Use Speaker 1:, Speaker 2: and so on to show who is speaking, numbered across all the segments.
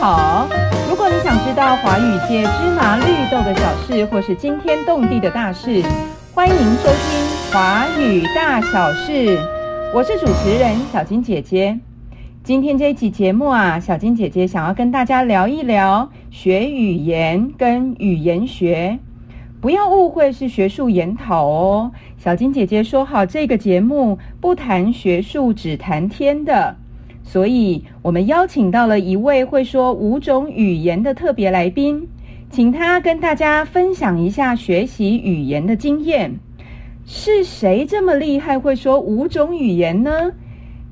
Speaker 1: 好。如果你想知道华语界芝麻绿豆的小事，或是惊天动地的大事，欢迎收听《华语大小事》，我是主持人小金姐姐。今天这一期节目啊，小金姐姐想要跟大家聊一聊学语言跟语言学。不要误会是学术研讨哦，小金姐姐说好这个节目不谈学术，只谈天的。所以，我们邀请到了一位会说五种语言的特别来宾，请他跟大家分享一下学习语言的经验。是谁这么厉害，会说五种语言呢？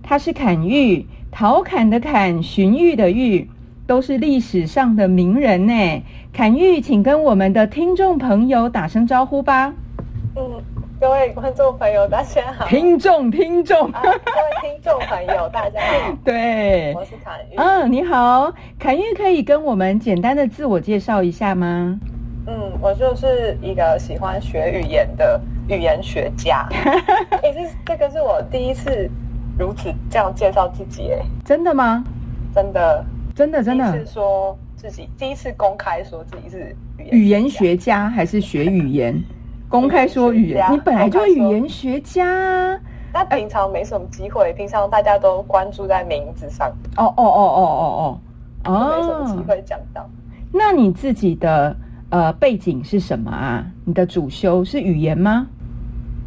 Speaker 1: 他是侃玉，陶侃的侃，荀彧的彧，都是历史上的名人呢。侃玉，请跟我们的听众朋友打声招呼吧。
Speaker 2: 嗯，各位观众朋友，大家好。
Speaker 1: 听众，听众，
Speaker 2: 啊，各位听众朋友，大 家好，
Speaker 1: 对，
Speaker 2: 我是侃玉。
Speaker 1: 嗯，你好，侃玉可以跟我们简单的自我介绍一下吗？
Speaker 2: 嗯，我就是一个喜欢学语言的语言学 家。哎、这是这个是我第一次如此这样介绍自己，哎，
Speaker 1: 真的吗？
Speaker 2: 真的，
Speaker 1: 真的真
Speaker 2: 第一
Speaker 1: 的
Speaker 2: 次，说自己第一次公开说自己是语言
Speaker 1: 语言
Speaker 2: 家。
Speaker 1: 学家还是学语 言？公开说语
Speaker 2: 语言学
Speaker 1: 言，
Speaker 2: 家
Speaker 1: 你本来就是语
Speaker 2: 公开说
Speaker 1: 言学家啊！
Speaker 2: 但平常没什么机会，平常大家都关注在名字上，
Speaker 1: 哦哦哦哦哦
Speaker 2: 就没什么机
Speaker 1: 哦哦，
Speaker 2: 会讲到。
Speaker 1: 那你自己的呃背景是什么啊？你的主修是语言吗？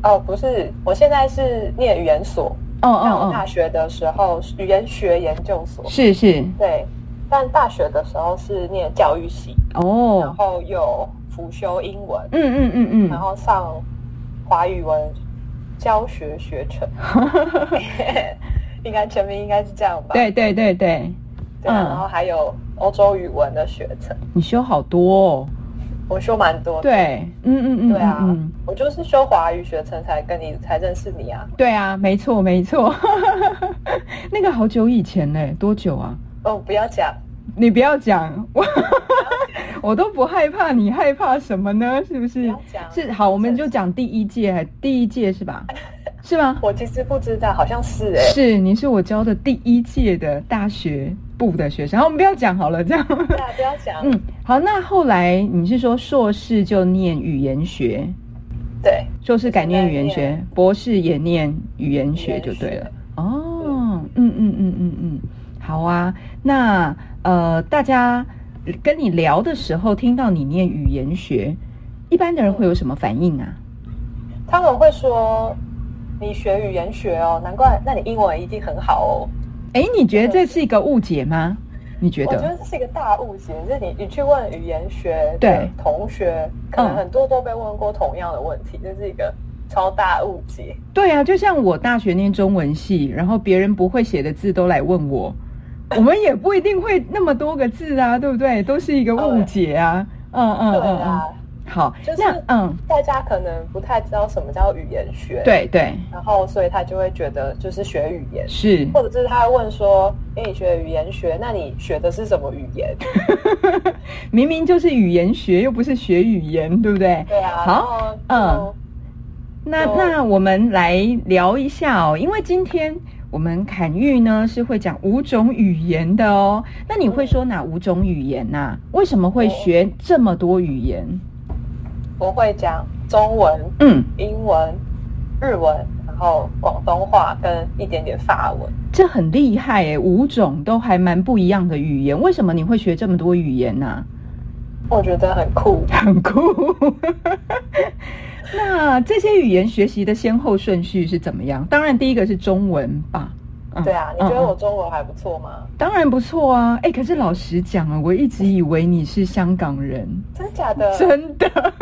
Speaker 2: 哦，不是，我现在是念语言所，
Speaker 1: 哦
Speaker 2: 但我
Speaker 1: 哦
Speaker 2: 大学的时候语言学研究所
Speaker 1: 哦，，是是
Speaker 2: 对，但大学的时候是念教育系，然
Speaker 1: 哦，
Speaker 2: 后有辅修英文，
Speaker 1: 嗯嗯嗯
Speaker 2: 然
Speaker 1: 嗯，
Speaker 2: 后上华语文教学学程， 应该全名应该是这样吧？
Speaker 1: 对对对对，
Speaker 2: 对
Speaker 1: 嗯
Speaker 2: 啊，然后还有欧洲语文的学程，
Speaker 1: 你修好多哦，
Speaker 2: 我修蛮多的。
Speaker 1: 对，嗯嗯嗯，
Speaker 2: 对啊
Speaker 1: 嗯嗯，
Speaker 2: 我就是修华语学程才跟你才认识你啊。
Speaker 1: 对啊，没错没错， 那个好久以前呢，多久啊？
Speaker 2: 哦，不要讲，
Speaker 1: 你不要讲， 我我都不害怕，你害怕什么呢？是不
Speaker 2: 不
Speaker 1: 是
Speaker 2: 要？讲。
Speaker 1: 是好，我们就讲第一届，还第一届是 吧？是吗？
Speaker 2: 我其实不知道，好像是 哎、
Speaker 1: 是，你是我教的第一届的大学部的学生。好，我们不要讲好了，这样。
Speaker 2: 对啊，不要讲。
Speaker 1: 嗯，好，那后来你是说硕士就念语言学，
Speaker 2: 对，
Speaker 1: 硕士改念语言
Speaker 2: 就是在
Speaker 1: 学，博士也念语言学就对
Speaker 2: 语
Speaker 1: 了
Speaker 2: 言学。
Speaker 1: 哦，嗯嗯嗯嗯嗯，好啊。那呃，大家跟你聊的时候，听到你念语言学，一般的人会有什么反应啊？
Speaker 2: 他们会说你学语言学哦，难怪，那你英文一定很好哦。
Speaker 1: 哎，你觉得这是一个误解吗？你觉
Speaker 2: 我觉
Speaker 1: 得？
Speaker 2: 得这是一个大误解，就是你你去问语言学的
Speaker 1: 对
Speaker 2: 同学，可
Speaker 1: 嗯
Speaker 2: 能很多都被问过同样的问题，这是一个超大误解。
Speaker 1: 对啊，就像我大学念中文系，然后别人不会写的字都来问我，我们也不一定会那么多个字啊，对不对？都是一个误解啊。嗯嗯
Speaker 2: 对
Speaker 1: 嗯嗯，
Speaker 2: 啊，
Speaker 1: 好，
Speaker 2: 就是
Speaker 1: 那嗯，
Speaker 2: 大家可能不太知道什么叫语言学，，
Speaker 1: 对对
Speaker 2: 然后所以他就会觉得就是学语言。
Speaker 1: 是。
Speaker 2: 或者是他会问说：“哎、你学语言学，那你学的是什么语言
Speaker 1: 明明就是语言学，又不是学语言，对不对？”？
Speaker 2: 对啊，然
Speaker 1: 好，
Speaker 2: 后
Speaker 1: 嗯
Speaker 2: 嗯，
Speaker 1: 那
Speaker 2: 就
Speaker 1: 那我们来聊一下哦，因为今天我们侃玉呢是会讲五种语言的哦。那你会说哪五种语言呐、啊为什么会学这么多语言？
Speaker 2: 我会讲中文、
Speaker 1: 嗯，
Speaker 2: 英文、日文，然后广东话跟一点点法文。
Speaker 1: 这很厉害诶，五种都还蛮不一样的语言。为什么你会学这么多语言呢、啊
Speaker 2: 我觉得很酷。
Speaker 1: 很酷。那这些语言学习的先后顺序是怎么样？当然，第一个是中文吧。嗯
Speaker 2: 对啊，你觉得
Speaker 1: 嗯
Speaker 2: 我
Speaker 1: 嗯嗯
Speaker 2: 中文还不错吗？
Speaker 1: 当然不错啊？哎、可是老实讲啊，我一直以为你是香港人，
Speaker 2: 真假的？真
Speaker 1: 真的，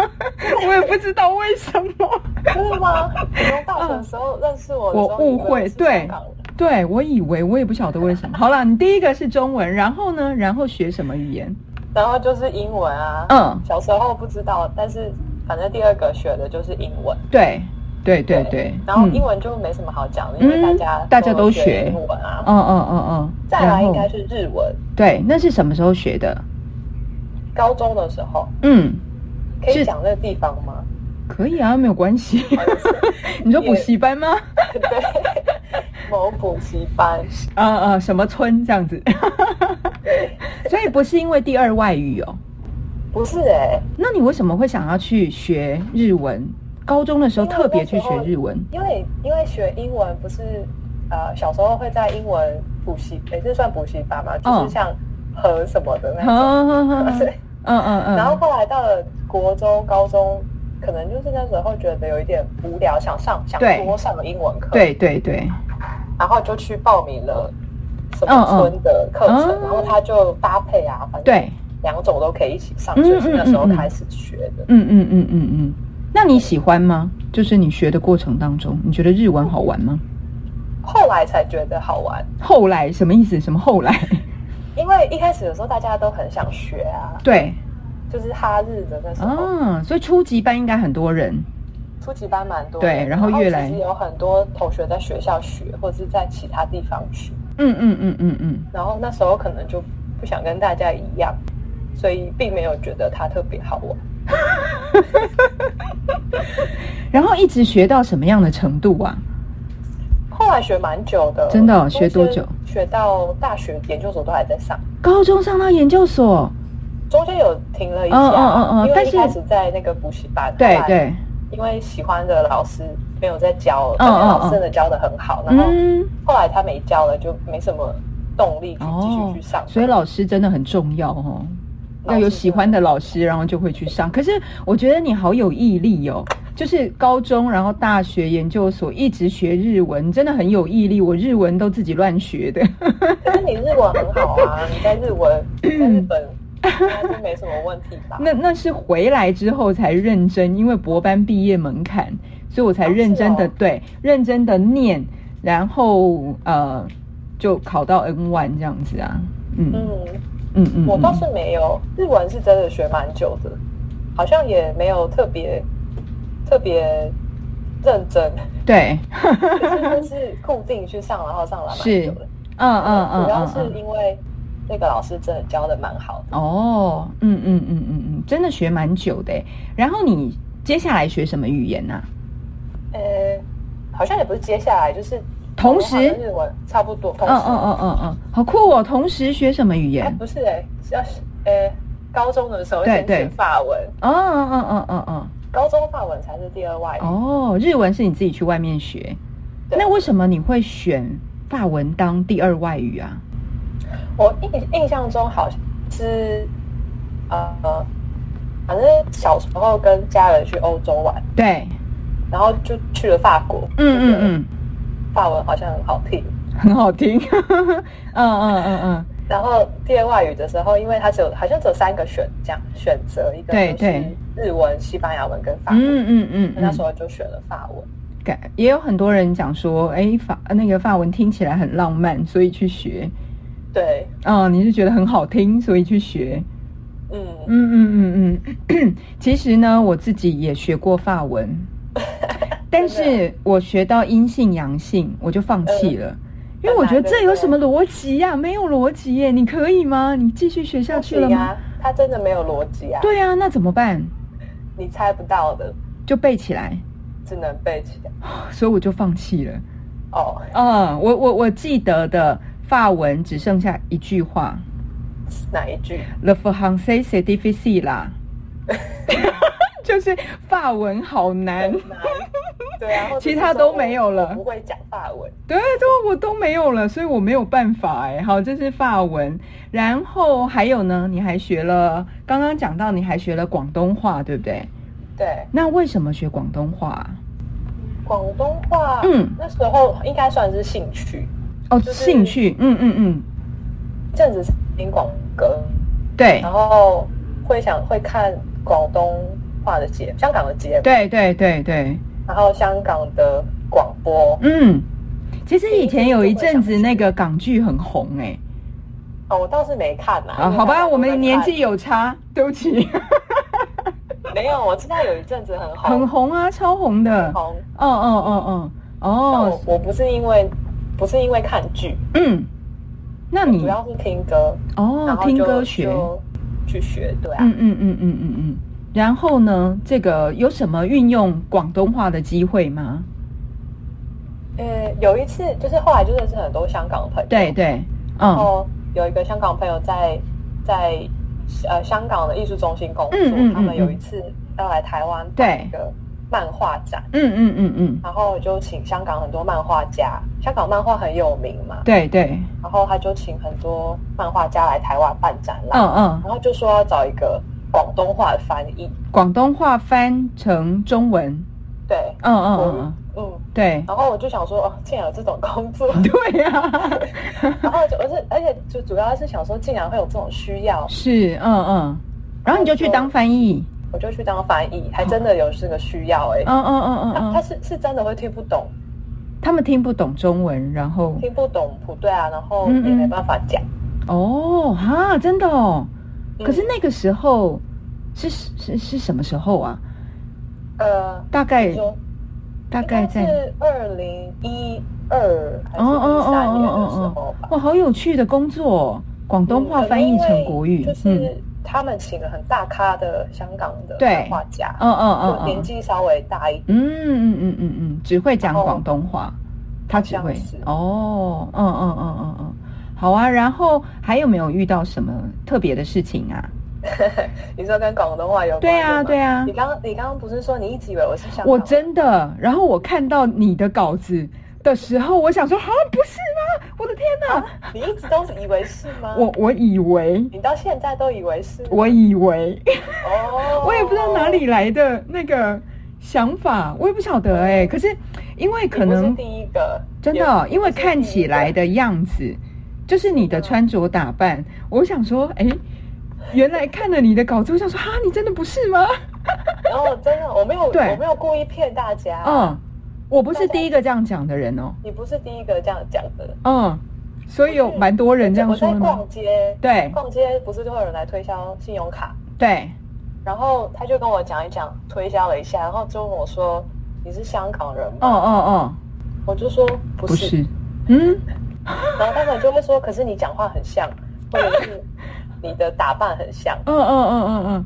Speaker 1: 我也不知道为什 么。
Speaker 2: 的吗？你从大学的时候认识我的时候，
Speaker 1: 我误会
Speaker 2: 你以为我是香港人
Speaker 1: 对我以为，我也不晓得为什么。好了，你第一个是中文，然后呢？然后学什么语言？
Speaker 2: 然后就是英文啊。
Speaker 1: 嗯，
Speaker 2: 小时候不知道，但是反正第二个学的就是英文。
Speaker 1: 对，对对对。
Speaker 2: 然后
Speaker 1: 嗯
Speaker 2: 英文就没什么好讲的，因为大家
Speaker 1: 嗯大家都学
Speaker 2: 学英文啊。
Speaker 1: 嗯嗯嗯嗯。
Speaker 2: 再来应
Speaker 1: 然
Speaker 2: 该
Speaker 1: 后
Speaker 2: 是日文，
Speaker 1: 对，那是什么时候学的？
Speaker 2: 高中的时候
Speaker 1: 嗯，
Speaker 2: 可
Speaker 1: 是
Speaker 2: 以讲这个地方吗？
Speaker 1: 可以啊，没有关 系。
Speaker 2: 好像是
Speaker 1: 你说补习班吗？
Speaker 2: 对，某补习班。
Speaker 1: 啊呃呃，什么村这样子？ 所以不是因为第二外语哦。
Speaker 2: 不是哎、
Speaker 1: 那你为什么会想要去学日文？高中的时候
Speaker 2: 因为
Speaker 1: 特别去
Speaker 2: 那时
Speaker 1: 学
Speaker 2: 候
Speaker 1: 日文，
Speaker 2: 因为因为学英文不是呃小时候会在英文补习，也、是算补习班嘛，就
Speaker 1: 嗯
Speaker 2: 是像和什么的那 种。
Speaker 1: 呵呵呵呵
Speaker 2: 对
Speaker 1: 嗯嗯嗯，
Speaker 2: 然后后来到了国中、高中，可能就是那时候觉得有一点无聊，想上想
Speaker 1: 对
Speaker 2: 多上英文课，，
Speaker 1: 对对对，
Speaker 2: 然后就去报名了什
Speaker 1: 嗯
Speaker 2: 么
Speaker 1: 嗯
Speaker 2: 村的课程，
Speaker 1: 嗯
Speaker 2: 然后他就搭配啊，反正
Speaker 1: 对，
Speaker 2: 两种都可以一起上，
Speaker 1: 嗯
Speaker 2: 所以是
Speaker 1: 嗯
Speaker 2: 那时候
Speaker 1: 嗯嗯
Speaker 2: 开始学的。
Speaker 1: 嗯嗯嗯嗯嗯。那你喜欢吗？就是你学的过程当中，你觉得日文好玩吗？
Speaker 2: 后来才觉得好玩，
Speaker 1: 后来什么意思？什么后 来？
Speaker 2: 因为一开始的时候大家都很想学啊，
Speaker 1: 对，
Speaker 2: 就是哈日的那时候。
Speaker 1: 啊，所以初级班应该很多人，
Speaker 2: 初级班蛮多的，
Speaker 1: 对然后越来
Speaker 2: 其实有很多同学在学校学，或者是在其他地方学，
Speaker 1: 嗯嗯嗯嗯嗯，
Speaker 2: 然后那时候可能就不想跟大家一样，所以并没有觉得它特别好玩。
Speaker 1: 然后一直学到什么样的程度啊？
Speaker 2: 后来学蛮久的，
Speaker 1: 真的哦
Speaker 2: 我
Speaker 1: 学多久？
Speaker 2: 学到大学研究所都还在上，
Speaker 1: 高中上到研究所，
Speaker 2: 中间有停了一下，
Speaker 1: 嗯嗯嗯嗯
Speaker 2: 因为
Speaker 1: 但
Speaker 2: 一
Speaker 1: 是
Speaker 2: 开始在那个补习班，
Speaker 1: 对
Speaker 2: 后来
Speaker 1: 对，
Speaker 2: 因为喜欢的老师没有在教，
Speaker 1: 嗯
Speaker 2: 但是老
Speaker 1: 嗯嗯
Speaker 2: 师真的教的很好，然后
Speaker 1: 嗯，
Speaker 2: 后来他没教了，就没什么动力去继续
Speaker 1: 哦
Speaker 2: 去上课，
Speaker 1: 所以老师真的很重要哦。要有喜欢的老师，然后就会去上。可是我觉得你好有毅力哦，就是高中，然后大学、研究所一直学日文，你真的很有毅力。我日文都自己乱学的。
Speaker 2: 可是你日文很好啊，你在日文在日本应该是没什么问题吧？
Speaker 1: 那那是回来之后才认真，因为博班毕业门槛，所以我才
Speaker 2: 哦
Speaker 1: 认真的、
Speaker 2: 是哦
Speaker 1: 对认真的念，然后呃就考到 N one 这样子啊，嗯嗯
Speaker 2: 嗯，
Speaker 1: 嗯嗯，
Speaker 2: 我倒是没有，日文是真的学蛮久的，好像也没有特别特别认真，
Speaker 1: 对，
Speaker 2: 就是固定去上，然后上了蛮久的。
Speaker 1: 嗯嗯嗯
Speaker 2: 主要
Speaker 1: 嗯
Speaker 2: 是
Speaker 1: 嗯，
Speaker 2: 因为那个老师真的教的蛮好的。
Speaker 1: 哦，嗯嗯嗯嗯嗯，真的学蛮久的欸。然后你接下来学什么语言啊呐、
Speaker 2: 呃，好像也不是接下来，就是
Speaker 1: 同时
Speaker 2: 我好像日文差不多，同
Speaker 1: 嗯
Speaker 2: 时，
Speaker 1: 嗯嗯嗯嗯，好酷哦！同时学什么语
Speaker 2: 哎
Speaker 1: 言？
Speaker 2: 不是哎、是要呃高中的时候
Speaker 1: 对
Speaker 2: 先
Speaker 1: 对
Speaker 2: 学法文。
Speaker 1: 哦嗯嗯嗯嗯
Speaker 2: 高中法文才是第二外语。
Speaker 1: 嗯，哦，日文是你自己去外面学。
Speaker 2: 对
Speaker 1: 那为什么你会选法文当第二外语啊？
Speaker 2: 我印印象中好像是，呃，反正小时候跟家人去欧洲玩，
Speaker 1: 对，
Speaker 2: 然后就去了法国。
Speaker 1: 嗯
Speaker 2: 觉得
Speaker 1: 嗯
Speaker 2: 法文好像很好听。
Speaker 1: 嗯，很好听。 嗯嗯嗯嗯，
Speaker 2: 然后第二外语的时候，因为它只有好像只有三个选项选择，一个
Speaker 1: 对
Speaker 2: 就是
Speaker 1: 对
Speaker 2: 日文、西班牙文跟法文。
Speaker 1: 嗯嗯嗯，
Speaker 2: 那时
Speaker 1: 候
Speaker 2: 候就选了法文。
Speaker 1: 感也有很多人讲说，哎，法那个法文听起来很浪漫，所以去学。
Speaker 2: 对，
Speaker 1: 嗯，你是觉得很好听，所以去学。
Speaker 2: 嗯，
Speaker 1: 嗯嗯嗯嗯， 其实呢，我自己也学过法文，但是我学到阴性阳性，我就放弃了。因为我觉得这有什么逻辑呀、没有逻辑耶！你可以吗？你继续学下去了吗？
Speaker 2: 啊，它真的没有逻辑啊，
Speaker 1: 对啊，那怎么办？
Speaker 2: 你猜不到的，
Speaker 1: 就背起来，
Speaker 2: 只能背起来。
Speaker 1: 所以我就放弃了。
Speaker 2: 哦，
Speaker 1: 嗯，我我我记得的法文只剩下一句话
Speaker 2: 哪一 句？
Speaker 1: ：“Le français c'est difficile 啦”， 就是法文好难。
Speaker 2: 很难，对啊，或者是
Speaker 1: 其他都没有了
Speaker 2: 说我不会讲法文，
Speaker 1: 对，都我都没有了，所以我没有办法哎。好，这是法文，然后还有呢，你还学了，刚刚讲到你还学了广东话，对不对？
Speaker 2: 对，
Speaker 1: 那为什么学广东话啊？
Speaker 2: 广东话，
Speaker 1: 嗯
Speaker 2: 嗯，那时候应该算是兴趣，
Speaker 1: 哦，
Speaker 2: 就是
Speaker 1: 兴趣，嗯嗯嗯，
Speaker 2: 一阵子是听广歌，
Speaker 1: 对
Speaker 2: 然后会想会看广东话的节，香港的节目，
Speaker 1: 对对对对，
Speaker 2: 然后香港的广播，
Speaker 1: 嗯。其实以前有一阵子那个港剧很红哎、
Speaker 2: 哦，我倒是没看呐、
Speaker 1: 啊，好吧，我们年纪有差，对不起，
Speaker 2: 没有，我知道有一阵子很红，
Speaker 1: 很红啊，超红的，哦
Speaker 2: 红，
Speaker 1: 哦哦哦
Speaker 2: 但
Speaker 1: 哦
Speaker 2: 我，我不是因为不是因为看剧，
Speaker 1: 嗯，那你
Speaker 2: 主要是听歌，然
Speaker 1: 嗯哦
Speaker 2: 后
Speaker 1: 听
Speaker 2: 就
Speaker 1: 歌学，
Speaker 2: 就去学，对啊，
Speaker 1: 嗯嗯嗯嗯嗯嗯。然后呢，这个有什么运用广东话的机会吗？
Speaker 2: 呃，有一次就是后来就认识很多香港朋友，
Speaker 1: 对对，
Speaker 2: 然
Speaker 1: 嗯
Speaker 2: 后有一个香港朋友在在呃香港的艺术中心工作，
Speaker 1: 嗯嗯嗯
Speaker 2: 他们有一
Speaker 1: 嗯
Speaker 2: 次要来台湾办
Speaker 1: 对
Speaker 2: 一个漫画展，
Speaker 1: 嗯嗯嗯嗯，
Speaker 2: 然后就请香港很多漫画家，香港漫画很有名嘛，
Speaker 1: 对对，
Speaker 2: 然后他就请很多漫画家来台湾办展览，
Speaker 1: 嗯嗯，
Speaker 2: 然后就说要找一个广东话的翻译，
Speaker 1: 广东话翻成中文，
Speaker 2: 对，
Speaker 1: 嗯嗯
Speaker 2: 我
Speaker 1: 嗯嗯，
Speaker 2: 嗯，
Speaker 1: 对
Speaker 2: 然后我就想说，哦，竟然有这种工 作，
Speaker 1: 对呀、
Speaker 2: 然后就我是，而且就主要是想说，竟然会有这种需要，
Speaker 1: 是，嗯嗯，然后你就去当翻译，
Speaker 2: 我就去当翻译，还真的有这个需要哎、欸。
Speaker 1: 嗯嗯嗯
Speaker 2: 他
Speaker 1: 嗯
Speaker 2: 他
Speaker 1: 嗯，
Speaker 2: 是是真的会听不懂，
Speaker 1: 他们听不懂中文，然后
Speaker 2: 听不懂不对啊，然后
Speaker 1: 嗯嗯
Speaker 2: 也没办法讲。
Speaker 1: 哦哈，真的哦，
Speaker 2: 嗯
Speaker 1: 可是那个时候是是是什么时候啊？
Speaker 2: 呃，
Speaker 1: 大概
Speaker 2: 就
Speaker 1: 大概
Speaker 2: 应该
Speaker 1: 在
Speaker 2: 是二零一二还是
Speaker 1: 哦哦
Speaker 2: 一
Speaker 1: 哦
Speaker 2: 三年的时
Speaker 1: 哦
Speaker 2: 候
Speaker 1: 哦
Speaker 2: 吧
Speaker 1: 哦，。
Speaker 2: 嗯
Speaker 1: 哇，好有趣的工作、哦，广东话翻译成国语，
Speaker 2: 就
Speaker 1: 嗯
Speaker 2: 是他们请了很大咖的香港的
Speaker 1: 对
Speaker 2: 漫画家，
Speaker 1: 嗯嗯
Speaker 2: 就
Speaker 1: 嗯
Speaker 2: 年纪稍微大一点，
Speaker 1: 嗯嗯嗯嗯嗯，只会讲
Speaker 2: 然后
Speaker 1: 广东话，他只会
Speaker 2: 好像是
Speaker 1: 哦，嗯嗯嗯嗯嗯，好啊。然后还有没有遇到什么特别的事情啊？
Speaker 2: 你说跟广东话有关
Speaker 1: 对啊
Speaker 2: 吗
Speaker 1: 对啊
Speaker 2: 你刚你刚刚不是说你一直以为我是香港？
Speaker 1: 我真的，然后我看到你的稿子的时候，我想说，好、不是吗？我的天哪！
Speaker 2: 你一直都是以为是吗？
Speaker 1: 我我以为，
Speaker 2: 你到现在都以为是吗
Speaker 1: 我以为，
Speaker 2: 哦，
Speaker 1: 我也不知道哪里来的那个想法，我也不晓得哎、可是因为可
Speaker 2: 你
Speaker 1: 能
Speaker 2: 不是第一个，
Speaker 1: 真的
Speaker 2: 也
Speaker 1: 哦、
Speaker 2: 不是
Speaker 1: 因为看起来的样子，就是你的穿着打扮，我想说，哎、原来看了你的稿子，我想说，哈，你真的不是吗？
Speaker 2: 第一个，然后哦真的我没 有
Speaker 1: 对
Speaker 2: 我没有故意骗大家，
Speaker 1: 嗯，我不是第一个这样讲的人哦，
Speaker 2: 你不是第一个这样讲的，
Speaker 1: 嗯，所以有蛮多人这样
Speaker 2: 我在
Speaker 1: 说的吗
Speaker 2: 逛？街，
Speaker 1: 对
Speaker 2: 逛街不是就会有人来推销信用卡，
Speaker 1: 对，
Speaker 2: 然后他就跟我讲一讲，推销了一下，然后就问我说：“你是香港人
Speaker 1: 哦
Speaker 2: 吗？”
Speaker 1: 哦
Speaker 2: 我就说
Speaker 1: 哦，
Speaker 2: 不
Speaker 1: 不
Speaker 2: 是，
Speaker 1: 是，嗯，
Speaker 2: 然后他们就会说：“可是你讲话很像，或者是你的打扮很像。
Speaker 1: 嗯嗯嗯嗯嗯，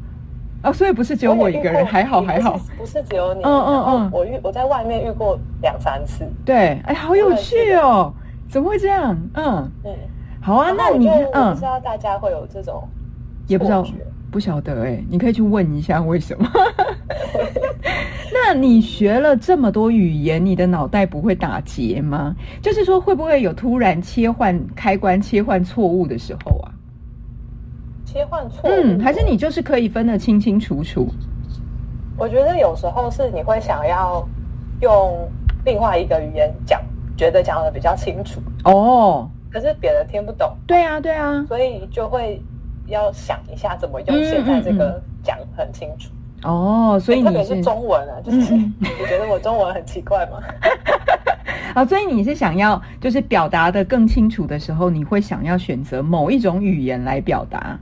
Speaker 1: 哦，所以不是只有我
Speaker 2: 也
Speaker 1: 一
Speaker 2: 遇
Speaker 1: 个
Speaker 2: 过
Speaker 1: 人，还好还好，
Speaker 2: 不是不是只有你。
Speaker 1: 嗯嗯嗯
Speaker 2: 然后我遇我在外面遇过两三次，
Speaker 1: 对，哎，好有趣哦，怎么会这样？嗯，
Speaker 2: 嗯，
Speaker 1: 好啊，
Speaker 2: 然后
Speaker 1: 那
Speaker 2: 我
Speaker 1: 你
Speaker 2: 就我不
Speaker 1: 嗯，
Speaker 2: 知道大家会有这种
Speaker 1: 也不知道
Speaker 2: 错觉
Speaker 1: 不晓得哎、你可以去问一下为什么。 那你学了这么多语言，你的脑袋不会打结吗？就是说，会不会有突然切换开关、切换错误的时候啊？
Speaker 2: 切换错误，
Speaker 1: 嗯，还是你就是可以分得清清楚楚？
Speaker 2: 我觉得有时候是你会想要用另外一个语言讲，觉得讲的比较清楚，
Speaker 1: 哦，
Speaker 2: 可是别人听不懂，
Speaker 1: 对啊，对啊，
Speaker 2: 所以就会要想一下怎么用
Speaker 1: 嗯
Speaker 2: 现在这个讲很清楚。
Speaker 1: 哦，所以
Speaker 2: 哎特
Speaker 1: 你
Speaker 2: 别
Speaker 1: 是
Speaker 2: 是中文啊，就是
Speaker 1: 嗯
Speaker 2: 你觉得我中文很奇怪吗？
Speaker 1: 啊，所以你是想要就是表达的更清楚的时候，你会想要选择某一种语言来表达。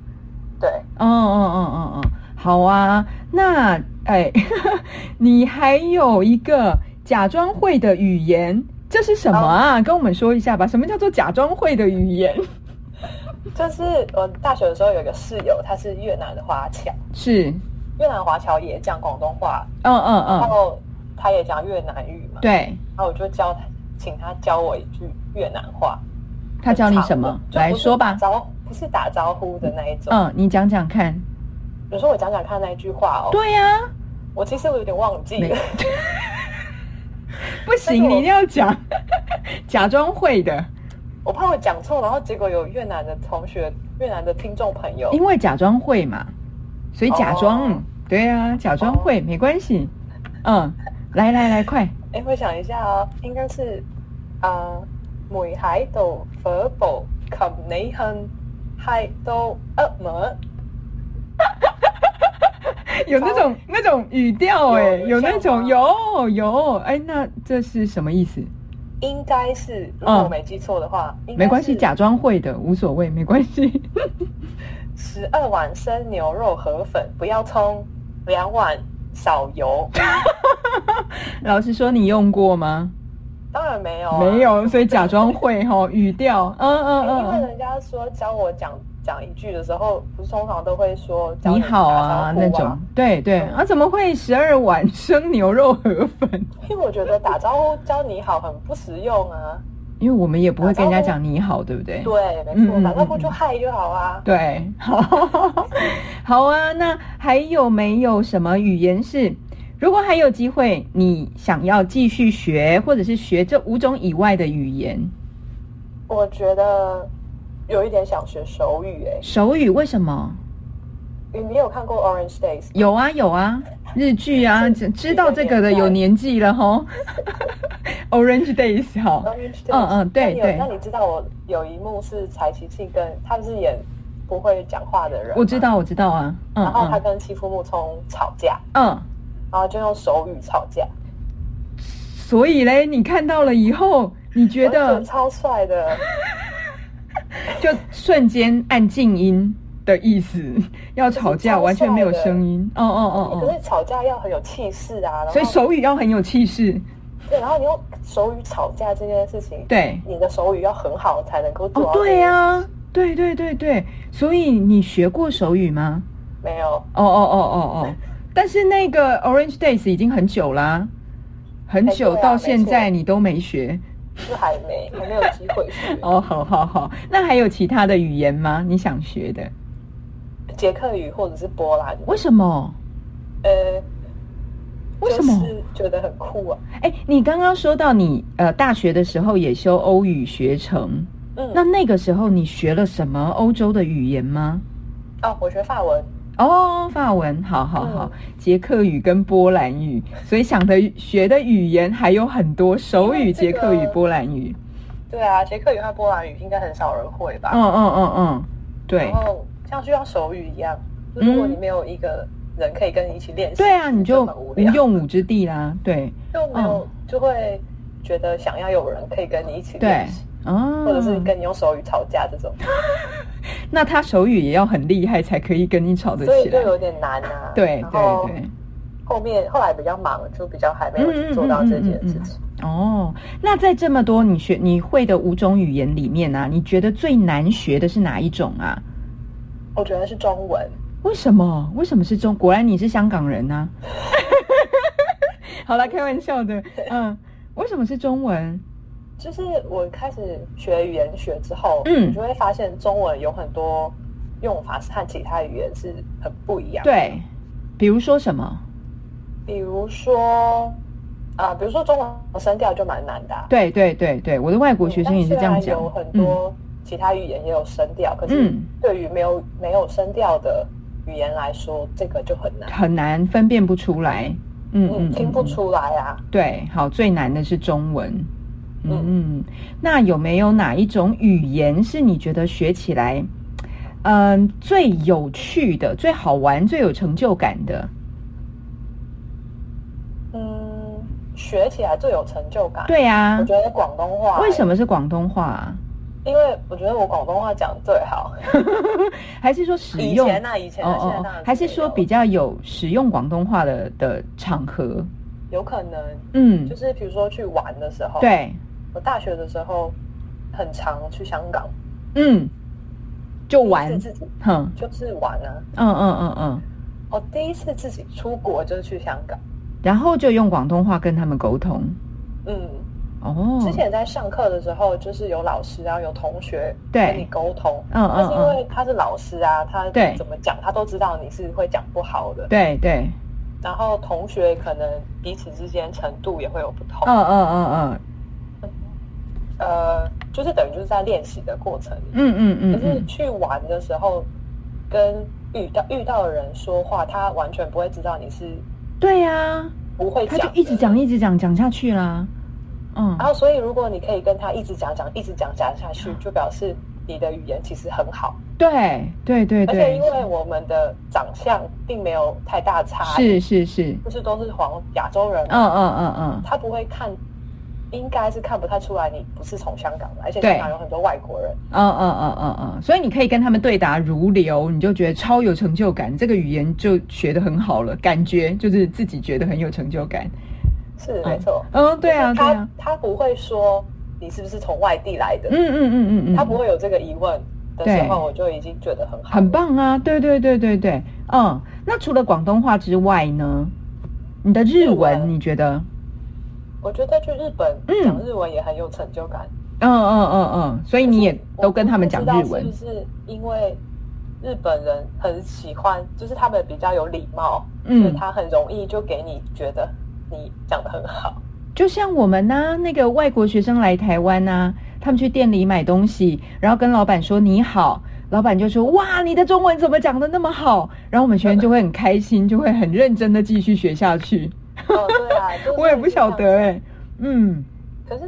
Speaker 2: 对，
Speaker 1: 嗯嗯嗯嗯嗯，好啊。那哎， 你还有一个假装会的语言，这是什么
Speaker 2: 哦
Speaker 1: 啊？跟我们说一下吧。什么叫做假装会的语言？
Speaker 2: 就是我大学的时候有一个室友，他是越南的华侨，
Speaker 1: 是，
Speaker 2: 越南华侨也讲广东话，
Speaker 1: 嗯嗯
Speaker 2: 然
Speaker 1: 嗯，
Speaker 2: 后他也讲越南语嘛，
Speaker 1: 对。
Speaker 2: 然后我就教他，请他教我一句越南话。
Speaker 1: 他教你什么？
Speaker 2: 就不是
Speaker 1: 来说吧
Speaker 2: 打。招不是打招呼的那一种。
Speaker 1: 嗯，你讲讲看。
Speaker 2: 有时候我讲讲看那一句话哦，
Speaker 1: 对呀、
Speaker 2: 我其实我有点忘记
Speaker 1: 没
Speaker 2: 了。
Speaker 1: 不行，
Speaker 2: 但是我
Speaker 1: 你一定要讲。 假装会的，
Speaker 2: 我怕我讲错，然后结果有越南的同学、越南的听众朋友，
Speaker 1: 因为假装会嘛，所以假装。
Speaker 2: 哦
Speaker 1: 对啊，假装会、没关系。嗯，来来来， 快。
Speaker 2: 哎，我想一下啊、哦，应该是啊，梅海度佛布及你恨系到呃么？
Speaker 1: 有那种那种语调哎、
Speaker 2: 有
Speaker 1: 有那
Speaker 2: 像
Speaker 1: 种
Speaker 2: 吗
Speaker 1: 有有哎、那这是什么意思？
Speaker 2: 应该是，如果
Speaker 1: 嗯
Speaker 2: 我没记错的话，应该
Speaker 1: 没关系，
Speaker 2: 是
Speaker 1: 假装会的无所谓，没关系。
Speaker 2: 十二碗生牛肉河粉，不要葱，两碗少 油。
Speaker 1: 老实说，你用过吗？
Speaker 2: 当然没有、啊
Speaker 1: 没。有，所以假装会哈， 语调，嗯嗯
Speaker 2: 因为
Speaker 1: 嗯，
Speaker 2: 人家说教我讲讲一句的时候，不是通常都会说教
Speaker 1: 你好
Speaker 2: 打
Speaker 1: 啊
Speaker 2: 招呼
Speaker 1: 那种，对对
Speaker 2: 嗯
Speaker 1: 啊，怎么会十二碗生牛肉河粉？
Speaker 2: 因为我觉得打招呼教你好很不实用啊。
Speaker 1: 因为我们也不会跟人家
Speaker 2: 打招
Speaker 1: 讲你好，对不对？
Speaker 2: 对，没
Speaker 1: 嗯
Speaker 2: 错，
Speaker 1: 嗯
Speaker 2: 打招呼
Speaker 1: 嗯
Speaker 2: 就嗨就好啊。
Speaker 1: 对，好，好啊。那还有没有什么语言是，如果还有机会，你想要继续学，或者是学这五种以外的语言？
Speaker 2: 我觉得有一点想学手语诶、
Speaker 1: 手语为什么？
Speaker 2: 你你有看过 Orange Days？吗
Speaker 1: 有啊有啊，日剧啊，知知道这个的有年纪了吼。Orange Days 好，
Speaker 2: Orange Days。
Speaker 1: 嗯嗯对
Speaker 2: 那你有
Speaker 1: 对
Speaker 2: 那你知道我有一幕是柴崎庆跟他不是演不会讲话的人，
Speaker 1: 我知。道我知道啊，嗯
Speaker 2: 然后他
Speaker 1: 嗯
Speaker 2: 跟欺负木聪吵架，
Speaker 1: 嗯，
Speaker 2: 然后就用手语吵架，
Speaker 1: 所以嘞，你看到了以后，你觉
Speaker 2: 我
Speaker 1: 得
Speaker 2: 就超帅的。
Speaker 1: 就瞬间按静音的意 思，要吵架
Speaker 2: 超
Speaker 1: 完全没有
Speaker 2: 帅的
Speaker 1: 声音，哦 哦
Speaker 2: 可
Speaker 1: 哦
Speaker 2: 是吵架要很有气势啊，
Speaker 1: 哦，
Speaker 2: 然后
Speaker 1: 所以手语要很有气势，
Speaker 2: 对，然后你用手语吵架这件事情，
Speaker 1: 对，
Speaker 2: 你的手语要很好才能够做
Speaker 1: 哦
Speaker 2: 到。
Speaker 1: 对呀、对对对对，所以你学过手语吗？
Speaker 2: 没有，
Speaker 1: 哦哦哦哦 哦，但是那个 Orange Days 已经很久啦、很
Speaker 2: 哎
Speaker 1: 久
Speaker 2: 对啊
Speaker 1: 到现在
Speaker 2: 没
Speaker 1: 你都没学。
Speaker 2: 就还没还没有机会学。
Speaker 1: 哦，好好好，那还有其他的语言吗？你想学的？
Speaker 2: 捷克语或者是波兰语，
Speaker 1: 为什么？
Speaker 2: 呃，
Speaker 1: 为什么？
Speaker 2: 就是觉得很酷啊。
Speaker 1: 哎、你刚刚说到你呃大学的时候也修欧语学程，
Speaker 2: 嗯，
Speaker 1: 那那个时候你学了什么欧洲的语言吗？
Speaker 2: 哦，我学法文，
Speaker 1: 哦，法文，好好
Speaker 2: 嗯
Speaker 1: 好，捷克语跟波兰语，所以想的学的语言还有很多，手
Speaker 2: 因
Speaker 1: 语、
Speaker 2: 为这
Speaker 1: 捷克语、
Speaker 2: 个
Speaker 1: 波兰语。
Speaker 2: 对啊，捷克语和波兰语应该很少人会吧？
Speaker 1: 嗯嗯嗯嗯，对
Speaker 2: 啊
Speaker 1: 嗯
Speaker 2: 然后像就像手语一样，就如果你没有一个人可以跟你一起练习，
Speaker 1: 对啊，你就嗯
Speaker 2: 很无
Speaker 1: 无
Speaker 2: 聊，
Speaker 1: 用武之地啦，对
Speaker 2: 就没有就会觉得想要有人可以跟你一起
Speaker 1: 对
Speaker 2: 练习，
Speaker 1: 哦，
Speaker 2: 或者是跟你用手语吵架这种，
Speaker 1: 那他手语也要很厉害才可以跟你吵得
Speaker 2: 所
Speaker 1: 起
Speaker 2: 以就
Speaker 1: 来，
Speaker 2: 有点难啊。
Speaker 1: 对
Speaker 2: 然
Speaker 1: 对
Speaker 2: 后
Speaker 1: 对，嗯
Speaker 2: 后面后来比较忙，就比较还没有去做到这件事情。
Speaker 1: 哦，那在这么多你学你会的五种语言里面啊，你觉得最难学的是哪一种啊？
Speaker 2: 我觉得是中文，
Speaker 1: 为什么？为什么是中？果然你是香港人啊呐、 好啦，开玩笑的。嗯，为什么是中文？
Speaker 2: 就是我开始学语言学之后，
Speaker 1: 嗯
Speaker 2: 你就会发现中文有很多用法是和其他语言是很不一样。，
Speaker 1: 对，比如说什么？
Speaker 2: 比如说啊、比如说中文声调就蛮难的啊、
Speaker 1: 对对对对，我的外国学生也是这样
Speaker 2: 但虽
Speaker 1: 讲
Speaker 2: 然有。很多其他语言也有声调，可是
Speaker 1: 嗯
Speaker 2: 对于没有没有声调的语言来说，这个就很难，
Speaker 1: 嗯很难分辨不出来。嗯
Speaker 2: 嗯，听不。出来啊。
Speaker 1: 对，好，最难的是中文。嗯
Speaker 2: 嗯
Speaker 1: 嗯，那有没有哪一种语言是你觉得学起来，嗯、最有趣的、最好玩、最有成就感的？
Speaker 2: 嗯，学起来最有成就感。，
Speaker 1: 对啊
Speaker 2: 我，觉得广东话、
Speaker 1: 为什？么是广东话啊、
Speaker 2: 因为我觉得我广东话讲得最好。
Speaker 1: 还是说使
Speaker 2: 以
Speaker 1: 用？哦
Speaker 2: 前啊，以前啊，现在当然
Speaker 1: 还是说比
Speaker 2: 较
Speaker 1: 较有使用广东话的的场合？
Speaker 2: 有可能，
Speaker 1: 嗯
Speaker 2: 就，是哦比如说去玩的时候，，
Speaker 1: 对，
Speaker 2: 我大学的时候很常去香港
Speaker 1: 嗯，就
Speaker 2: 第
Speaker 1: 玩
Speaker 2: 一，次自己
Speaker 1: 哼，
Speaker 2: 就是玩啊。
Speaker 1: 嗯嗯嗯嗯，
Speaker 2: 我第一次自己出国就是去香港，
Speaker 1: 然后就用广东话跟他们沟通。
Speaker 2: 嗯，
Speaker 1: 哦，
Speaker 2: 之前在上课的时候，就是有老师啊，有同学
Speaker 1: 对
Speaker 2: 跟你沟通，
Speaker 1: 嗯嗯
Speaker 2: 但是因
Speaker 1: 嗯，
Speaker 2: 为他是老师啊，他
Speaker 1: 对
Speaker 2: 怎么讲，他都知道你是会讲不好的。
Speaker 1: 对对，
Speaker 2: 然后同学可能彼此之间程度也会有不同，
Speaker 1: 嗯嗯嗯
Speaker 2: 呃，就是等于就是在练习的过程里
Speaker 1: 嗯嗯
Speaker 2: 可
Speaker 1: 嗯
Speaker 2: 是
Speaker 1: 嗯，
Speaker 2: 去玩的时候，跟遇到遇到的人说话，他完全不会知道你是
Speaker 1: 对呀，
Speaker 2: 不会
Speaker 1: 他
Speaker 2: 讲，啊
Speaker 1: 就一直讲。一直讲讲下去啦。嗯
Speaker 2: 然，后，所以如果你可以跟他一直讲讲，一直讲讲下去，就表示你的语言其实很好。
Speaker 1: 对对对
Speaker 2: 而且因
Speaker 1: 对，
Speaker 2: 为我们的长相并没有太大差异，
Speaker 1: 是是是，
Speaker 2: 就是都是黄亚洲人，
Speaker 1: 嗯嗯嗯嗯，
Speaker 2: 他不会看，应该是看不太出来你不是从香港来，而且
Speaker 1: 对
Speaker 2: 香港有很多外国人。
Speaker 1: 嗯嗯嗯嗯嗯，所以你可以跟他们对答如流，你就觉得超有成就感，这个语言就学得很好了，感觉就是自己觉得很有成就感。
Speaker 2: 是
Speaker 1: 嗯
Speaker 2: 没错，
Speaker 1: 嗯，对啊
Speaker 2: 就是
Speaker 1: 对
Speaker 2: 他
Speaker 1: 啊，
Speaker 2: 他不会说你是不是从外地来的，
Speaker 1: 嗯嗯嗯嗯嗯，
Speaker 2: 他不会有这个疑问的时
Speaker 1: 对
Speaker 2: 候，我就已经觉得很好。
Speaker 1: 很。棒啊，对对对对对，嗯，那除了广东话之外呢，你的日
Speaker 2: 日
Speaker 1: 文
Speaker 2: 文
Speaker 1: 你觉得？
Speaker 2: 我觉得去日本
Speaker 1: 嗯
Speaker 2: 讲日文也很有成就感，
Speaker 1: 嗯嗯嗯嗯，所以你也都跟他们讲日文
Speaker 2: 不知道是不是因为日本人很喜欢，就是他们比较有礼貌，
Speaker 1: 嗯
Speaker 2: 所以他很容易就给你觉得你讲的 很好。
Speaker 1: 就像我们呐、那个外国学生来台湾呐、他们去店里买东西，然后跟老板说你好，老板就说哇，你的中文怎么讲的那么好？然后我们学生就会很开心，就会很认真的继续学下去。
Speaker 2: 哦，对啊，就是
Speaker 1: 我也不晓得哎、嗯，
Speaker 2: 可是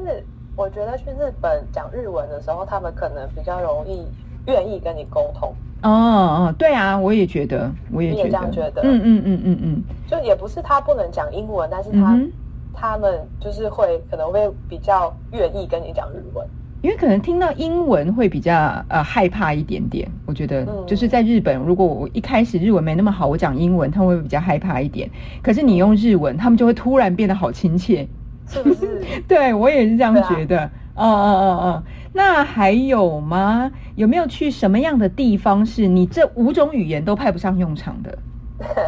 Speaker 2: 我觉得去日本讲日文的时候，他们可能比较容易愿意跟你沟通，
Speaker 1: 哦哦，对啊，我也觉得，我也
Speaker 2: 你
Speaker 1: 觉
Speaker 2: 也
Speaker 1: 得，
Speaker 2: 这样觉得
Speaker 1: 嗯嗯嗯嗯嗯，
Speaker 2: 就也不是他不能讲英文，但是
Speaker 1: 嗯
Speaker 2: 他、
Speaker 1: 哼，
Speaker 2: 他们就是会可能会比较愿意跟你讲日文。
Speaker 1: 因为可能听到英文会比较呃害怕一点点，我觉得
Speaker 2: 嗯
Speaker 1: 就是在日本，如果我一开始日文没那么好，我讲英文，他们会比较害怕一点。可是你用日文，他们就会突然变得好亲切。
Speaker 2: 是不是？
Speaker 1: 对我也是这样
Speaker 2: 对啊
Speaker 1: 觉得。哦哦哦哦，那还有吗？有没有去什么样的地方是你这五种语言都派不上用场的？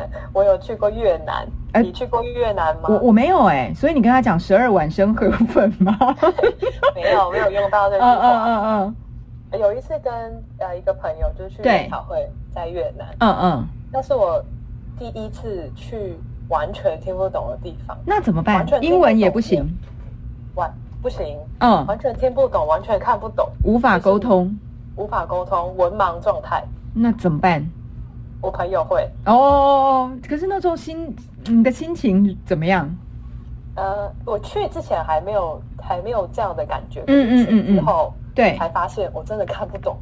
Speaker 2: 我有去过越南，
Speaker 1: 哎
Speaker 2: 你去过越南吗？
Speaker 1: 我我没有哎、所以你跟他讲十二碗生河粉 吗？
Speaker 2: 没有，没有用到这
Speaker 1: 嗯
Speaker 2: 句话。
Speaker 1: 嗯嗯嗯
Speaker 2: 有一次跟呃一个朋友就是去
Speaker 1: 对
Speaker 2: 研讨会，在越南，
Speaker 1: 嗯嗯，
Speaker 2: 那是我第一次去完全听不懂的地方，
Speaker 1: 那怎么办
Speaker 2: 完全？听不
Speaker 1: 英文也不
Speaker 2: 懂
Speaker 1: 行，
Speaker 2: 完不行，
Speaker 1: 嗯，
Speaker 2: 完全听不懂，完全看不懂，
Speaker 1: 无法沟通，
Speaker 2: 无法沟通，文盲状态。
Speaker 1: 那怎么办？
Speaker 2: 我朋友会，
Speaker 1: 哦，可是那时候心嗯你的心情怎么样？
Speaker 2: 呃，我去之前还没有还没有这样的感觉，
Speaker 1: 嗯嗯嗯嗯
Speaker 2: 之后
Speaker 1: 对，
Speaker 2: 才发现我真的看不懂，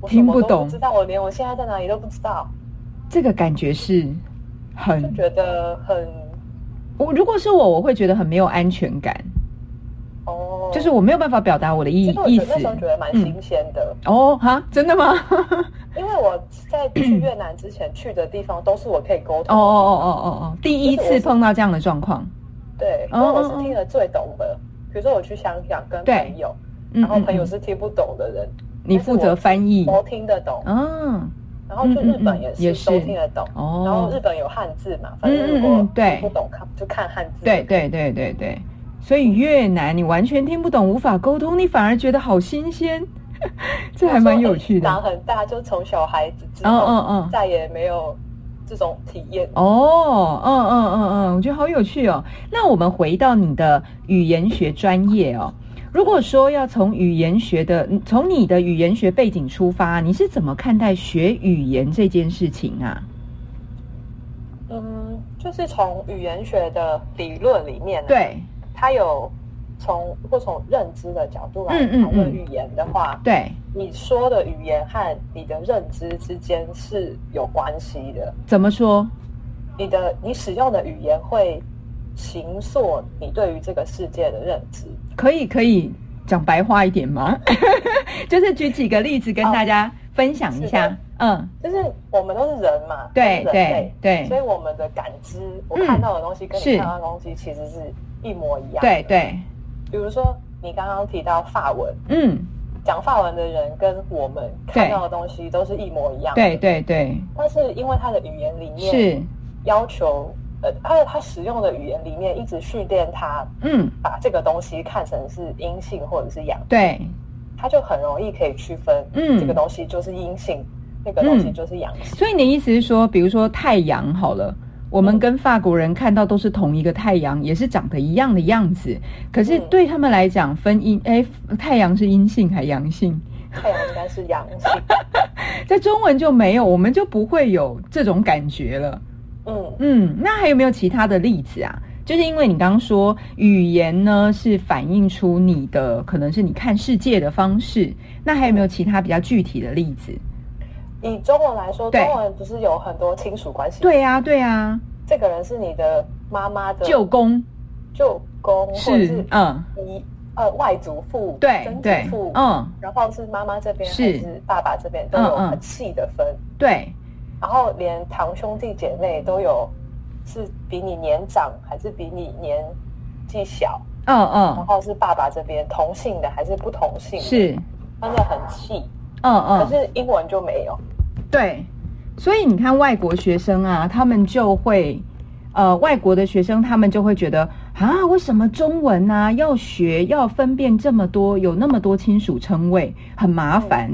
Speaker 2: 我
Speaker 1: 听不
Speaker 2: 什么都
Speaker 1: 懂
Speaker 2: 知道我连我现在在哪里都不知道，
Speaker 1: 这个感觉是很
Speaker 2: 就，觉得很
Speaker 1: 我如果是我，我会觉得很没有安全感，
Speaker 2: 哦，
Speaker 1: 就是我没有办法表达我的意
Speaker 2: 其实我
Speaker 1: 意
Speaker 2: 觉
Speaker 1: 思嗯
Speaker 2: 得那。时候觉得蛮新鲜的，
Speaker 1: 哦，哈，真的 吗？
Speaker 2: 因为我在去越南之前去的地方都是我可以沟
Speaker 1: 嗯哦哦
Speaker 2: 通的
Speaker 1: 哦哦哦哦，第一次碰到这样的状况，
Speaker 2: 对，
Speaker 1: 哦
Speaker 2: 因为我
Speaker 1: 哦
Speaker 2: 是
Speaker 1: 哦
Speaker 2: 听得最懂的。比如说我去香港跟
Speaker 1: 对
Speaker 2: 朋友，
Speaker 1: 嗯
Speaker 2: 然后朋
Speaker 1: 嗯
Speaker 2: 友
Speaker 1: 嗯
Speaker 2: 是听不懂的人，
Speaker 1: 你负责翻译，
Speaker 2: 都听得懂。
Speaker 1: 嗯，
Speaker 2: 然后去日
Speaker 1: 嗯
Speaker 2: 本
Speaker 1: 嗯嗯也
Speaker 2: 也
Speaker 1: 是
Speaker 2: 是都听得懂。然后日
Speaker 1: 哦，
Speaker 2: 本有汉字嘛，反正
Speaker 1: 嗯嗯
Speaker 2: 如
Speaker 1: 嗯
Speaker 2: 果
Speaker 1: 对
Speaker 2: 听不懂看就看汉字。
Speaker 1: 对对对对对，所以越南你完全听不懂，无法沟通，你反而觉得好新鲜， 这还蛮有趣的。
Speaker 2: 长很大就从小孩子之
Speaker 1: 嗯
Speaker 2: 后
Speaker 1: 嗯嗯。
Speaker 2: 再也没有这种体验。
Speaker 1: 哦，嗯嗯嗯嗯，我觉得好有趣哦。那我们回到你的语言学专业哦。如果说要从语言学的，嗯从你的语言学背景出发，你是怎么看待学语言这件事情啊？
Speaker 2: 嗯，就是从语言学的理论里面、啊，
Speaker 1: 对
Speaker 2: 它有从如果从认知的角度来
Speaker 1: 嗯嗯
Speaker 2: 讨
Speaker 1: 嗯
Speaker 2: 论语言的话，
Speaker 1: 对，
Speaker 2: 你说的语言和你的认知之间是有关系的。
Speaker 1: 怎么说？
Speaker 2: 你的你使用的语言会形塑你对于这个世界的认知。
Speaker 1: 可以可以讲白话一点吗？ 就是举几个例子跟
Speaker 2: 哦
Speaker 1: 大家分享一
Speaker 2: 是
Speaker 1: 下
Speaker 2: 的。
Speaker 1: 嗯，
Speaker 2: 就是我们都是人嘛，
Speaker 1: 对
Speaker 2: 都是人类
Speaker 1: 对对
Speaker 2: 所以我们的感知，我
Speaker 1: 嗯
Speaker 2: 看到的东西跟
Speaker 1: 是
Speaker 2: 你看到的东西其实是一模一样。
Speaker 1: 对，对，
Speaker 2: 比如说你刚刚提到法文，
Speaker 1: 嗯，
Speaker 2: 讲法文的人跟我们看到的东西都是一模一样的。
Speaker 1: 对对对，
Speaker 2: 但是因为他的语言里面
Speaker 1: 是，
Speaker 2: 要求，呃，他他使用的语言里面一直训练他
Speaker 1: 嗯，
Speaker 2: 把这个东西看成是阴性或者是阳，
Speaker 1: 对，
Speaker 2: 他就很容易可以区分，
Speaker 1: 嗯
Speaker 2: 这个东西就是阴性，那个东西就是阳性。
Speaker 1: 所以你的意思是说，比如说太阳好了，我们
Speaker 2: 嗯
Speaker 1: 跟法国人看到都是同一个太阳，也是长得一样的样子，可是
Speaker 2: 嗯
Speaker 1: 对他们来讲，分阴哎、太阳是阴性还阳性，
Speaker 2: 太阳应该是阳 性，
Speaker 1: 在中文就没有，我们就不会有这种感觉了。
Speaker 2: 嗯，
Speaker 1: 嗯，那还有没有其他的例子啊？就是因为你刚刚说语言呢是反映出你的可能是你看世界的方式，那还有没有其他比较具体的例子？
Speaker 2: 嗯以中文来说，
Speaker 1: 对
Speaker 2: 中文不是有很多亲属关系？，
Speaker 1: 对呀、啊对呀、
Speaker 2: 这个人是你的妈妈的
Speaker 1: 舅公
Speaker 2: 舅公，嗯或者
Speaker 1: 是
Speaker 2: 是
Speaker 1: 嗯，
Speaker 2: 姨呃外祖父、
Speaker 1: 对
Speaker 2: 曾祖
Speaker 1: 对
Speaker 2: 父，，
Speaker 1: 嗯。
Speaker 2: 然后是妈妈这边
Speaker 1: 是嗯
Speaker 2: 还是爸爸这边都有很细的分，
Speaker 1: 对，
Speaker 2: 然后连堂兄弟姐妹都有是比你年长还是比你年纪小，
Speaker 1: 嗯
Speaker 2: 然
Speaker 1: 嗯，
Speaker 2: 后是爸爸这边同姓的还是不同姓的，
Speaker 1: 是，
Speaker 2: 分的很细。
Speaker 1: 嗯
Speaker 2: 可
Speaker 1: 嗯，
Speaker 2: 是英文就没有，
Speaker 1: 对。所以你看，外国学生啊，他们就会，呃外国的学生，他们就会觉得啊，为什么中文呢、要学要分辨这么多，有那么多亲属称谓，很麻烦。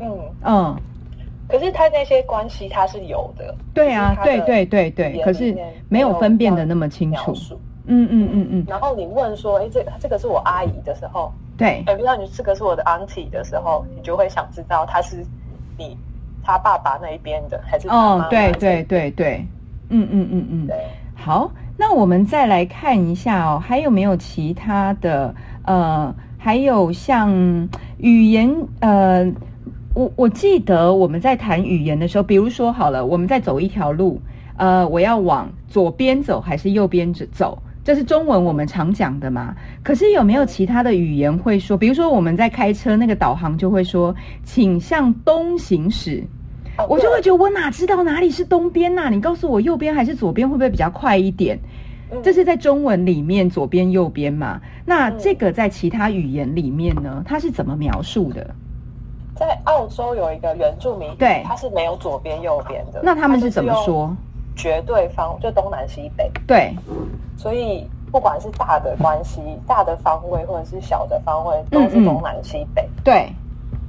Speaker 2: 嗯，
Speaker 1: 嗯，
Speaker 2: 可是他那些关系他是有的，
Speaker 1: 对啊，
Speaker 2: 就是
Speaker 1: 对
Speaker 2: 它的
Speaker 1: 对对
Speaker 2: 语
Speaker 1: 对，
Speaker 2: 言
Speaker 1: 可
Speaker 2: 里
Speaker 1: 是
Speaker 2: 面
Speaker 1: 没有分辨的那么清
Speaker 2: 描
Speaker 1: 楚。
Speaker 2: 述。
Speaker 1: 嗯嗯嗯嗯，
Speaker 2: 然后你问说，哎，这这个是我阿姨的时候，
Speaker 1: 对
Speaker 2: 哎，不知道你这个是我的 auntie 的时候，你就会想知道他是你他爸爸那一边的，呃还是他妈
Speaker 1: 哦
Speaker 2: 妈，
Speaker 1: 对
Speaker 2: 这
Speaker 1: 对对对，嗯嗯嗯嗯。
Speaker 2: 对，
Speaker 1: 好，那我们再来看一下哦，还有没有其他的？呃，还有像语言，呃，我我记得我们在谈语言的时候，比如说好了，我们在走一条路，呃，我要往左边走还是右边走？这是中文我们常讲的嘛？可是有没有其他的语言会说？比如说我们在开车，那个导航就会说，请向东行驶。
Speaker 2: 哦
Speaker 1: 我就会
Speaker 2: 对
Speaker 1: 觉得我哪知道哪里是东边呐、你告诉我右边还是左边会不会比较快一点？
Speaker 2: 嗯
Speaker 1: 这是在中文里面左边右边嘛？那
Speaker 2: 嗯
Speaker 1: 这个在其他语言里面呢，它是怎么描述的？
Speaker 2: 在澳洲有一个原住民，
Speaker 1: 对
Speaker 2: 他是没有左边右边的。
Speaker 1: 那他们是怎么
Speaker 2: 它就是用
Speaker 1: 说？
Speaker 2: 绝对方就东南西北，
Speaker 1: 对，
Speaker 2: 所以不管是大的关系、大的方位或者是小的方位，都
Speaker 1: 嗯
Speaker 2: 是
Speaker 1: 嗯
Speaker 2: 东南西北。
Speaker 1: 对，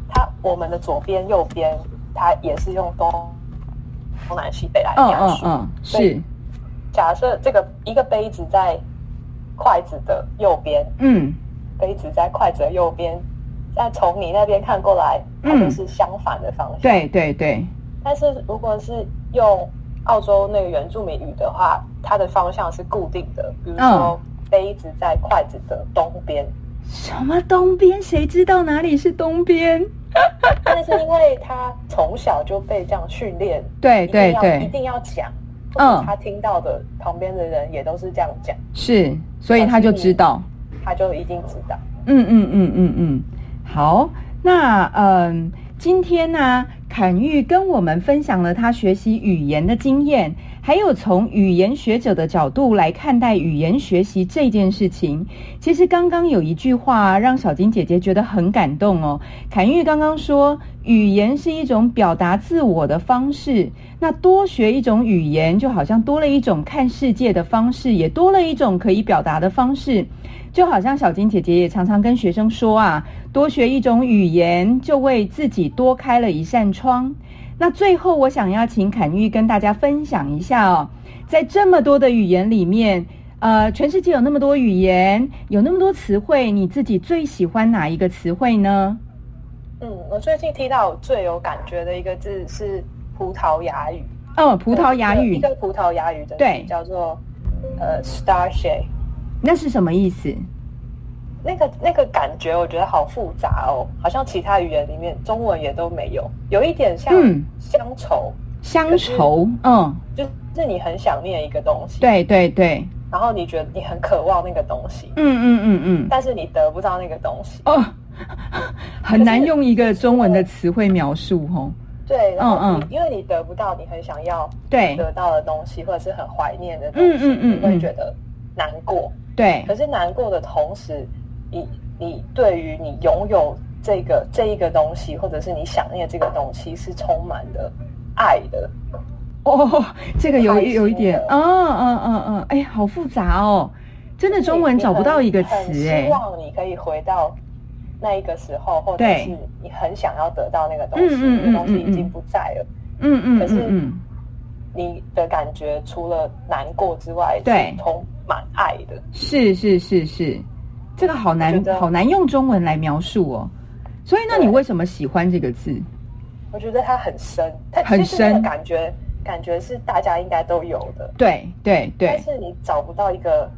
Speaker 2: 它我们的左边、右边，它也是用东东南西北来
Speaker 1: 嗯
Speaker 2: 描
Speaker 1: 嗯
Speaker 2: 述。
Speaker 1: 嗯，
Speaker 2: 对
Speaker 1: 是，
Speaker 2: 假设这个一个杯子在筷子的右边，
Speaker 1: 嗯，
Speaker 2: 杯子在筷子的右边，那从你那边看过来，它
Speaker 1: 嗯
Speaker 2: 就是相反的方向。
Speaker 1: 对对对，
Speaker 2: 但是如果是用澳洲那个原住民语的话，它的方向是固定的，比如说
Speaker 1: 嗯
Speaker 2: 杯子在筷子的东边，
Speaker 1: 什么东边？谁知道哪里是东边？
Speaker 2: 但是因为他从小就被这样训练，
Speaker 1: 对
Speaker 2: 一定
Speaker 1: 对
Speaker 2: 要一
Speaker 1: 哎对，
Speaker 2: 定要讲，或
Speaker 1: 嗯
Speaker 2: 者他听到的旁边的人也都是这样讲，
Speaker 1: 是，所以他就知道。
Speaker 2: 他就一定知道。
Speaker 1: 嗯嗯嗯嗯嗯，好，那嗯，今天呢，侃玉跟我们分享了他学习语言的经验，还有从语言学者的角度来看待语言学习这件事情。其实刚刚有一句话让小金姐姐觉得很感动哦，侃玉刚刚说，语言是一种表达自我的方式。那多学一种语言，就好像多了一种看世界的方式，也多了一种可以表达的方式。就好像小金姐姐也常常跟学生说啊，多学一种语言，就为自己多开了一扇窗。那最后，我想要请侃玉跟大家分享一下哦，在这么多的语言里面，呃，全世界有那么多语言，有那么多词汇，你自己最喜欢哪一个词汇呢？
Speaker 2: 嗯，我最近听到最有感觉的一个字是葡萄牙语，
Speaker 1: 哦，葡萄牙
Speaker 2: 一
Speaker 1: 语，
Speaker 2: 个一个葡萄牙语的
Speaker 1: 对
Speaker 2: 字叫做呃 starship。
Speaker 1: 那是什么意思？
Speaker 2: 那个那个感觉，我觉得好复杂哦，好像其他语言里面中文也都没有，有一点像
Speaker 1: 嗯
Speaker 2: 乡愁，
Speaker 1: 乡愁，嗯，
Speaker 2: 就是你很想念一个东西，，
Speaker 1: 对对对，
Speaker 2: 然后你觉得你很渴望那个东西，
Speaker 1: 嗯嗯嗯嗯，
Speaker 2: 但是你得不到那个东西，
Speaker 1: 哦，很难用一个中文的词汇描述哦。
Speaker 2: 对，然后你
Speaker 1: 嗯
Speaker 2: 因为你得不到你很想要
Speaker 1: 对
Speaker 2: 得到的东西，或者是很怀念的东西，
Speaker 1: 嗯嗯嗯
Speaker 2: 你会
Speaker 1: 嗯
Speaker 2: 觉得难过，
Speaker 1: 对
Speaker 2: 可是难过的同时，你你对于你拥有这个这一个东西，或者是你想念这个东西，是充满了爱的。
Speaker 1: 哦， 这个有
Speaker 2: 开心
Speaker 1: 有一点，
Speaker 2: 的
Speaker 1: 嗯嗯嗯嗯，哎，好复杂哦，真的中文找不到一个词
Speaker 2: 哎。
Speaker 1: 哎
Speaker 2: 希。望你可以回到那一个时候，或者
Speaker 1: 对
Speaker 2: 是你很想要得到那个东西，
Speaker 1: 嗯嗯嗯
Speaker 2: 那个东西
Speaker 1: 嗯嗯
Speaker 2: 已经不在了。
Speaker 1: 嗯嗯
Speaker 2: 可
Speaker 1: 嗯
Speaker 2: 是
Speaker 1: 嗯，
Speaker 2: 你的感觉除了难过之外，
Speaker 1: 对
Speaker 2: 是充满爱的。
Speaker 1: 是是是是，这个好
Speaker 2: 我
Speaker 1: 难
Speaker 2: 觉得
Speaker 1: 好难用中文来描述哦。所以，那
Speaker 2: 对
Speaker 1: 你为什么喜欢这个字？
Speaker 2: 我觉得它很深，它
Speaker 1: 很
Speaker 2: 其实那个
Speaker 1: 深
Speaker 2: 感觉，感觉是大家应该都有的。
Speaker 1: 对对
Speaker 2: 但
Speaker 1: 对，
Speaker 2: 是你找不到一个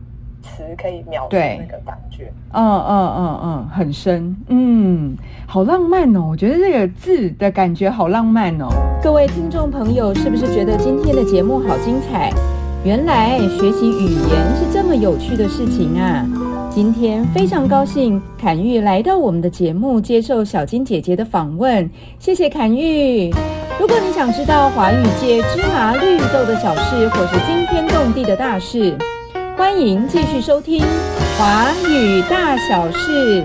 Speaker 2: 词可以描述
Speaker 1: 对
Speaker 2: 那个感觉。
Speaker 1: 嗯嗯嗯嗯，很深，嗯，好浪漫哦！我觉得这个字的感觉好浪漫哦。各位听众朋友，是不是觉得今天的节目好精彩？原来学习语言是这么有趣的事情啊！今天非常高兴，侃玉来到我们的节目接受小金姐姐的访问，谢谢侃玉。如果你想知道华语界芝麻绿豆的小事，或是惊天动地的大事，欢迎继续收听《华语大小事》，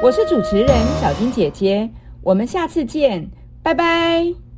Speaker 1: 我是主持人小金姐姐，我们下次见，拜拜。